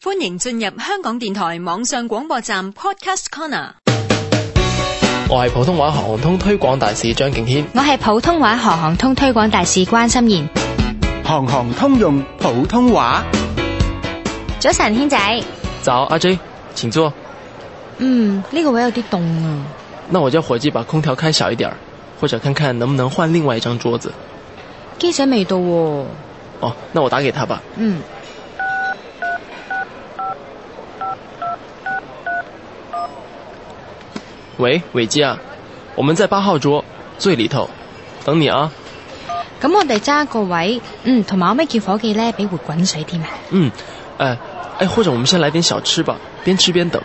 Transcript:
歡迎進入香港電台網上廣播站 Podcast Corner。我係普通話行通推廣大使張敬軒。我係普通話行行通推廣大使關心妍。行行通用普通話。早晨，軒仔。早，阿 J，請坐。嗯，呢、個位有啲凍啊。那我叫伙計把空調開小一點，或者看看能不能換另外一張桌子。機仔未到喎、哦，那我打給他吧。嗯，喂，偉基啊，我們在八號桌最裡頭，等你啊。咁我哋揸個位，嗯，同埋我咩叫伙計咧，俾活滾水添啊。嗯，哎哎，或者我們先來點小吃吧，邊吃邊等。